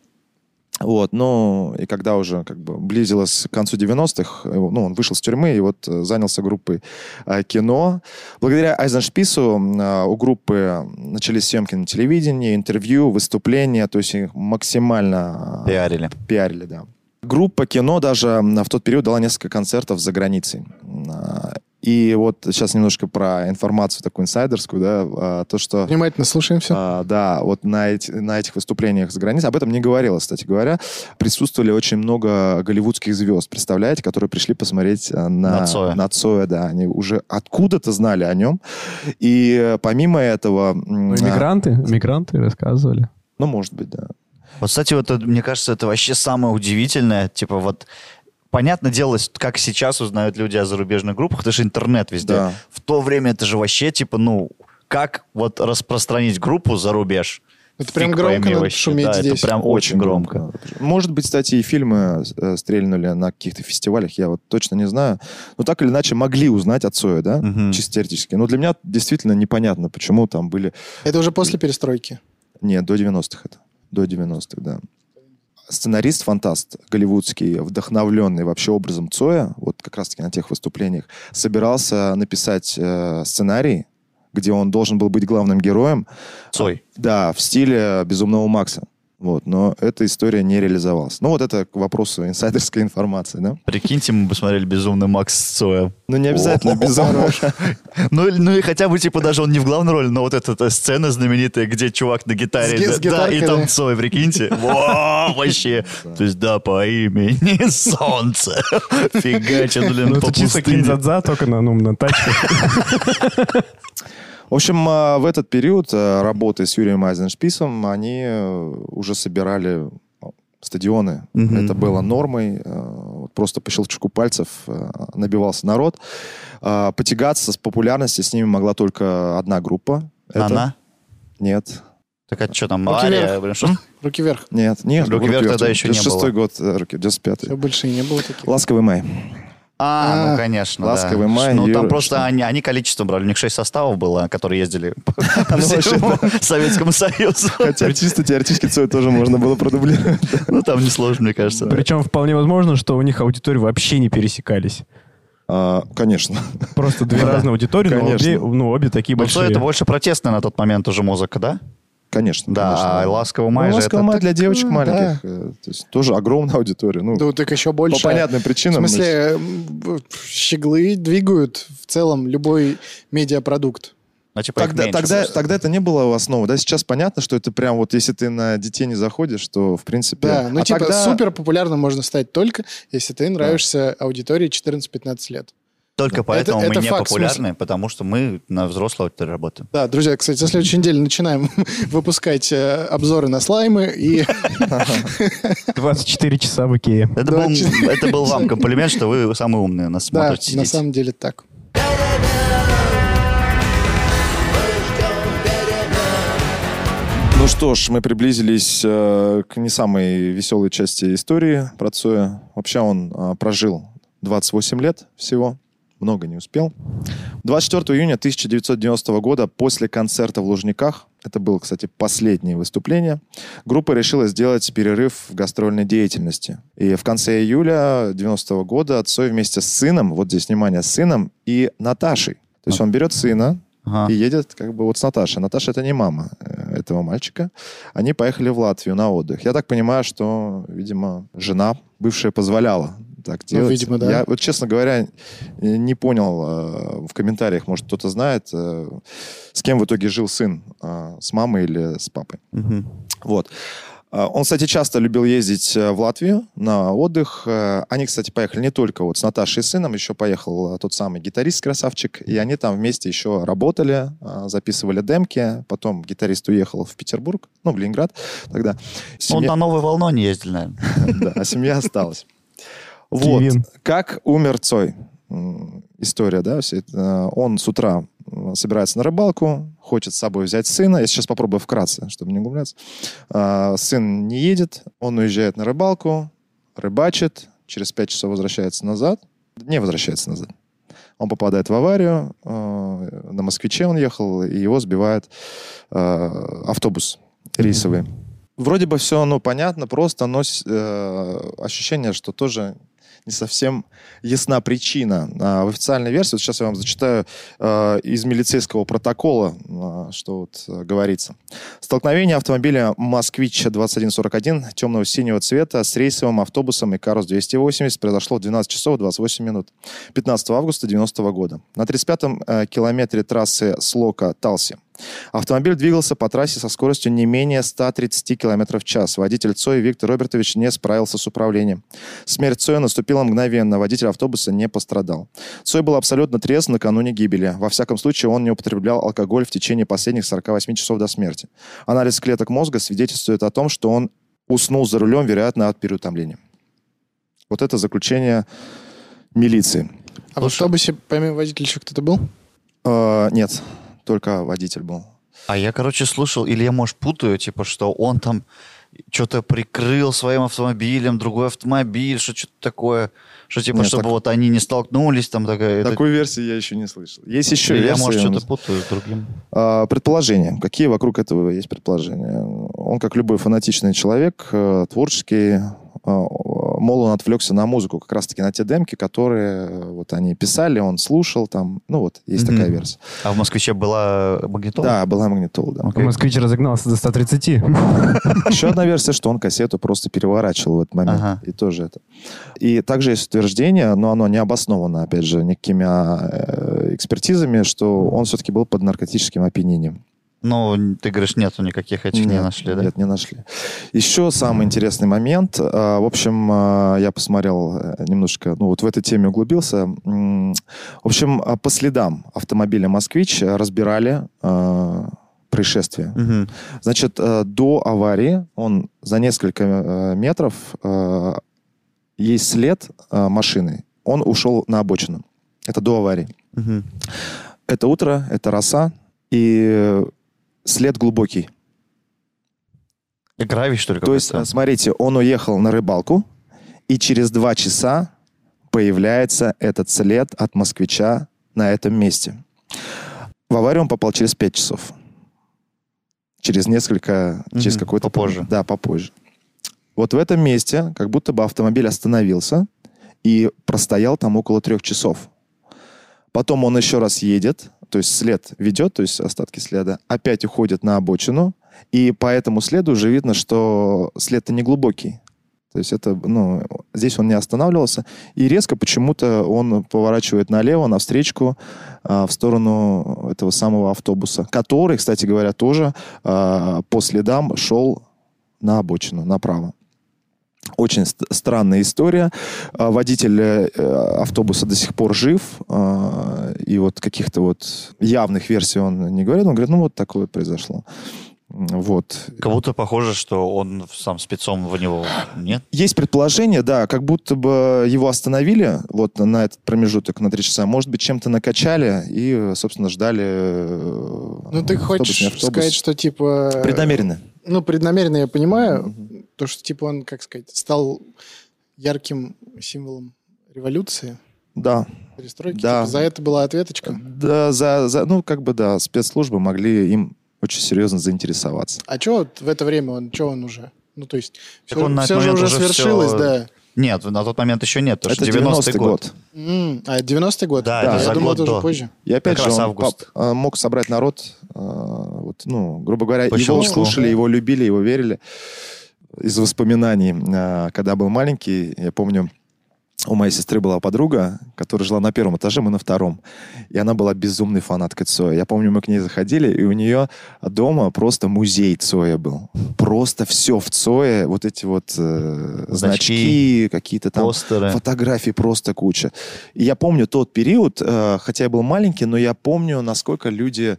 Вот, ну, и когда уже как бы близилось к концу 90-х, его- ну, он вышел с тюрьмы и вот э, занялся группой э, кино. Благодаря Айзеншпису э, у группы начались съемки на телевидении, интервью, выступления, то есть их максимально э, Пиарили. пиарили, да. Группа кино даже м, в тот период дала несколько концертов за границей. М, а, И вот сейчас немножко про информацию такую инсайдерскую, да, а, то, что... Внимательно слушаем все. а, да, вот на, эти- на этих выступлениях за границей, об этом не говорилось, кстати говоря, присутствовали очень много голливудских звезд, представляете, которые пришли посмотреть а, на, На Цоя. Цоя, да, они уже откуда-то знали о нем, и э, помимо этого... м, Ну, и а, мигранты, мигранты рассказывали. ну, может быть, да. Вот, кстати, вот это, мне кажется, это вообще самое удивительное. Типа вот, понятно дело, как сейчас узнают люди о зарубежных группах, это же интернет везде. Да. В то время это же вообще, типа, ну, как вот распространить группу за рубеж? Это прям Фиг громко пойми надо вообще, шуметь да, здесь. это прям очень громко. Может быть, кстати, и фильмы э, стрельнули на каких-то фестивалях, я вот точно не знаю. Но так или иначе могли узнать от Цоя, да, Мгм. чисто теоретически. Но для меня действительно непонятно, почему там были... Это уже после перестройки. Не, до 90-х это. До 90-х, да. Сценарист-фантаст голливудский, вдохновленный вообще образом Цоя, вот как раз-таки на тех выступлениях, собирался написать э, сценарий, где он должен был быть главным героем, Цой. да, в стиле «Безумного Макса». Вот, но эта история не реализовалась. Ну, вот это к вопросу инсайдерской информации, да? Прикиньте, мы бы смотрели «Безумный Макс» с Цоем. Ну, не обязательно О, «Безумного». Ну, или- ну и хотя бы, типа, даже он не в главной роли, но вот эта, та сцена знаменитая, где чувак на гитаре, С ги- да, с гитаркой, и там да. Цой, прикиньте. Во, вообще. То есть, да, по имени Солнце. Фигачит, Ну, блин, по это чисто пустыне. кинзадза, только на, ну, на тачках. В общем, а, в этот период а, работы с Юрием Айзеншписом они э, уже собирали а, стадионы. Мгм. Это было нормой. а, вот Просто по щелчку пальцев а, набивался народ. А, Потягаться с популярностью с ними могла только одна группа. Это- Она? Нет. Так а что там, Руки Ария? вверх. блин, что? Руки вверх. Нет, нет. Руки вверх тогда еще не было. шестой год, э, руки, 95-й. Все, больше и не было таких. Ласковый май. А, ну, А, конечно, да. «Ласковый май», Ну, там Юра, просто что? они, они количество брали. У них шесть составов было, которые ездили по по Ну, всему вообще, Советскому Союзу. Хотя чисто теоретически Цой тоже можно было продублировать. Ну, там несложно, мне кажется. Причем вполне возможно, что у них аудитории вообще не пересекались. А, Конечно. Просто две разные аудитории, но Ну Конечно. обе, ну, обе такие Ну, что большие. это больше протестная на тот момент уже музыка, да? Конечно. Да, а конечно. «Ласковый Ну, май» же «Ласковый это... май» для девочек да. маленьких. э, То есть тоже огромная аудитория. Ну, Да, так еще больше. по понятным В причинам. ну, смысле, м, в- щеглы двигают в целом любой медиапродукт. Ну, типа, их Тогда, меньше тогда, просто. тогда это не было в основу. Да, сейчас понятно, что это прям вот если ты на детей не заходишь, то в принципе. Да, ну А типа тогда- супер популярным можно стать только, если ты нравишься аудитории 14-15 лет. Только поэтому это мы не факт, популярны, потому что мы на взрослого теперь работаем. Да, друзья, кстати, со следующей недели начинаем выпускать э, обзоры на слаймы и 24 часа в Икее. Это, Да, был, честно. это был вам комплимент, что вы самые умные нас да, смотрите. на сидите. самом деле так. Ну что ж, мы приблизились э, к не самой веселой части истории про Цоя. Вообще он э, прожил 28 лет всего, много не успел. 24 июня 1990 года после концерта в Лужниках, это было, кстати, последнее выступление, группа решила сделать перерыв в гастрольной деятельности. И в конце июля 90 года Цой вместе с сыном, вот здесь внимание, с сыном и Наташей. То есть он берет сына, Ага. и едет как бы вот с Наташей. Наташа это не мама э, этого мальчика. Они поехали в Латвию на отдых. Я так понимаю, что, видимо, жена бывшая позволяла так делать. Ну, видимо, да. Я вот, честно говоря, э, не понял э, в комментариях, может, кто-то знает, э, с кем в итоге жил сын, э, с мамой или с папой. Мгм. Вот. А, Он, кстати, часто любил ездить э, в Латвию на отдых. Э, Они, кстати, поехали не только вот с Наташей и сыном, еще поехал э, тот самый гитарист-красавчик, и они там вместе еще работали, э, записывали демки, потом гитарист уехал в Петербург, ну, в Ленинград тогда. Ну, Он Семья- на новой волне не ездил, наверное. Да, а семья осталась. Вот. Кивин. Как умер Цой? М, История, да? вся эта. Э, Он с утра м, собирается на рыбалку, хочет с собой взять сына. Я сейчас попробую вкратце, чтобы не углубляться. А, Сын не едет, он уезжает на рыбалку, рыбачит, через пять часов возвращается назад. Не возвращается назад. Он попадает в аварию, э, на «Москвиче» он ехал, и его сбивает э, автобус рейсовый. Вроде бы все, ну, понятно, просто, но с- э, ощущение, что тоже не совсем ясна причина. А в официальной версии, вот сейчас я вам зачитаю э, из милицейского протокола, а, что вот э, говорится. Столкновение автомобиля «Москвич-2141» темного синего цвета с рейсовым автобусом «Икарус-280» произошло в 12 часов 28 минут 15 августа 90 года на 35-м э, километре трассы Слока-Талси. Автомобиль двигался по трассе со скоростью не менее 130 км в час. Водитель Цой Виктор Робертович не справился с управлением. Смерть Цоя наступила мгновенно, водитель автобуса не пострадал. Цой был абсолютно трезв накануне гибели. Во всяком случае, он не употреблял алкоголь в течение последних 48 часов до смерти. Анализ клеток мозга свидетельствует о том, что он уснул за рулем, вероятно, от переутомления. Вот это заключение милиции. А в автобусе помимо водителя еще кто-то был? Э, нет, только водитель был. А я, короче, слушал, или я, может, путаю, типа, что он там что-то прикрыл своим автомобилем, другой автомобиль, что что-то такое, что типа, Нет, чтобы так- вот они не столкнулись, там такая... это- Такую версию я еще не слышал. Есть еще Или я, версия. может, что-то путаю с другим. А, Предположения. Какие вокруг этого есть предположения? Он, как любой фанатичный человек, э, творческий, э, мол, он отвлекся на музыку, как раз-таки на те демки, которые э, вот они писали, он слушал там. Ну вот, есть Мгм. такая версия. А в Москвиче была магнитола? Да, была магнитола, да. Окей. Москвич разогнался до 130. Еще одна версия, что он кассету просто переворачивал в этот момент. Ага. И тоже это. И также есть утверждение, но оно не обосновано, опять же, никакими а, э, экспертизами, что он все-таки был под наркотическим опьянением. Ну, ты говоришь, нету никаких этих не Нет, нашли, да? Нет, не нашли. Еще самый интересный момент. А, В общем, а, я посмотрел э, немножко, ну вот в этой теме углубился. М, В общем, а, по следам автомобиля «Москвич» а, разбирали а, происшествие. Мгм. Значит, э, до аварии он за несколько э, метров э, есть след э, машины. Он ушел на обочину. Это до аварии. Мгм. Это утро, это роса и э, след глубокий. И гравий, что ли, То есть, какой-то? э, смотрите, он уехал на рыбалку, и через два часа появляется этот след от москвича на этом месте. В аварию он попал через пять часов. Через несколько, через Мгм, какое-то... попозже. Да, попозже. Вот в этом месте как будто бы автомобиль остановился и простоял там около трех часов. Потом он еще раз едет, то есть след ведет, то есть остатки следа, опять уходит на обочину, и по этому следу уже видно, что след-то не глубокий. То есть это, ну, здесь он не останавливался. И резко почему-то он поворачивает налево, навстречку, а, в сторону этого самого автобуса, который, кстати говоря, тоже а, по следам шел на обочину, направо. Очень ст- странная история. А, Водитель э, автобуса до сих пор жив, а, и вот каких-то вот явных версий он не говорит. Он говорит, ну вот такое вот произошло. М, Вот. Как будто похоже, что он сам спецом в него... Нет? Есть предположение, да, как будто бы его остановили вот на этот промежуток на три часа. Может быть, чем-то накачали и, собственно, ждали. э, Ну, ты хочешь сказать, что типа... э, Преднамеренно. Ну, преднамеренно я понимаю. Мгм. То, что типа он, как сказать, стал ярким символом революции, Да. перестройки. Да. Типа, за это была ответочка. да за, за- ну, как бы, да, спецслужбы могли им очень серьезно заинтересоваться. А что вот в это время он, что он уже? Ну, то есть, Так все, он на этот же момент уже уже свершилось, всё- да. Нет, на тот момент еще нет, потому это что 90-й 90 год. год. М, А, 90-й год? Да, А это я за думал, год это уже до. позже. И опять Как же, раз он август. пап- э, мог собрать народ, э, вот, ну, грубо говоря, По его щелчку. слушали, его любили, его верили. Из воспоминаний, э, когда был маленький, я помню, у моей сестры была подруга, которая жила на первом этаже, мы на втором. И она была безумной фанаткой Цоя. Я помню, мы к ней заходили, и у нее дома просто музей Цоя был. Просто все в Цое. Вот эти вот э, Значки. значки, какие-то там Постеры. Фотографий просто куча. И я помню тот период, э, хотя я был маленький, но я помню, насколько люди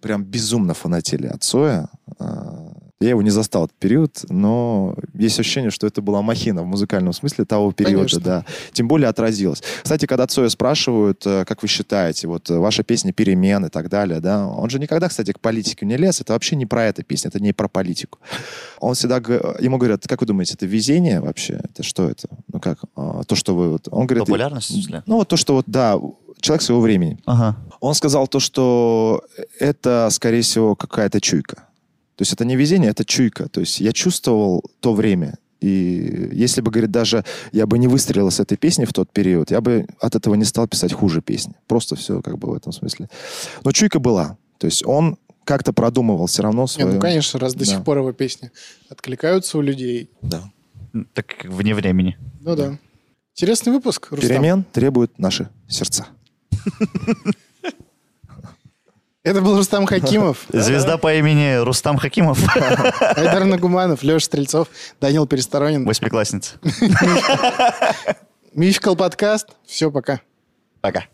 прям безумно фанатели от Цоя. Э, Я его не застал этот период, но есть ощущение, что это была махина в музыкальном смысле того периода, Конечно. да. Тем более отразилось. Кстати, когда Цоя спрашивают, э, как вы считаете, вот э, ваша песня «Перемен» и так далее, да, он же никогда, кстати, к политике не лез, это вообще не про эту песню, это не про политику. Он всегда, г- ему говорят, как вы думаете, это везение вообще? Это что это? Ну как? А, То, что вы... вот-» Он говорит... Популярность, в смысле? Ну вот то, что вот, да, человек своего времени. Ага. Он сказал то, что это, скорее всего, какая-то чуйка. То есть это не везение, это чуйка. То есть я чувствовал то время. И если бы, говорит, даже я бы не выстрелил с этой песни в тот период, я бы от этого не стал писать хуже песни. Просто все как бы в этом смысле. Но чуйка была. То есть он как-то продумывал все равно Не, свою... ну, конечно, раз до Да. сих пор его песни откликаются у людей. Да. М, Так как вне времени. Ну да. Интересный выпуск, Рустам. Перемен требуют наши сердца. Это был Рустам Хакимов, Звезда по имени Рустам Хакимов, Айдар Нагуманов, Леша Стрельцов, Данил Пересторонин. восьмиклассница. Мификал подкаст. Все, пока. Пока.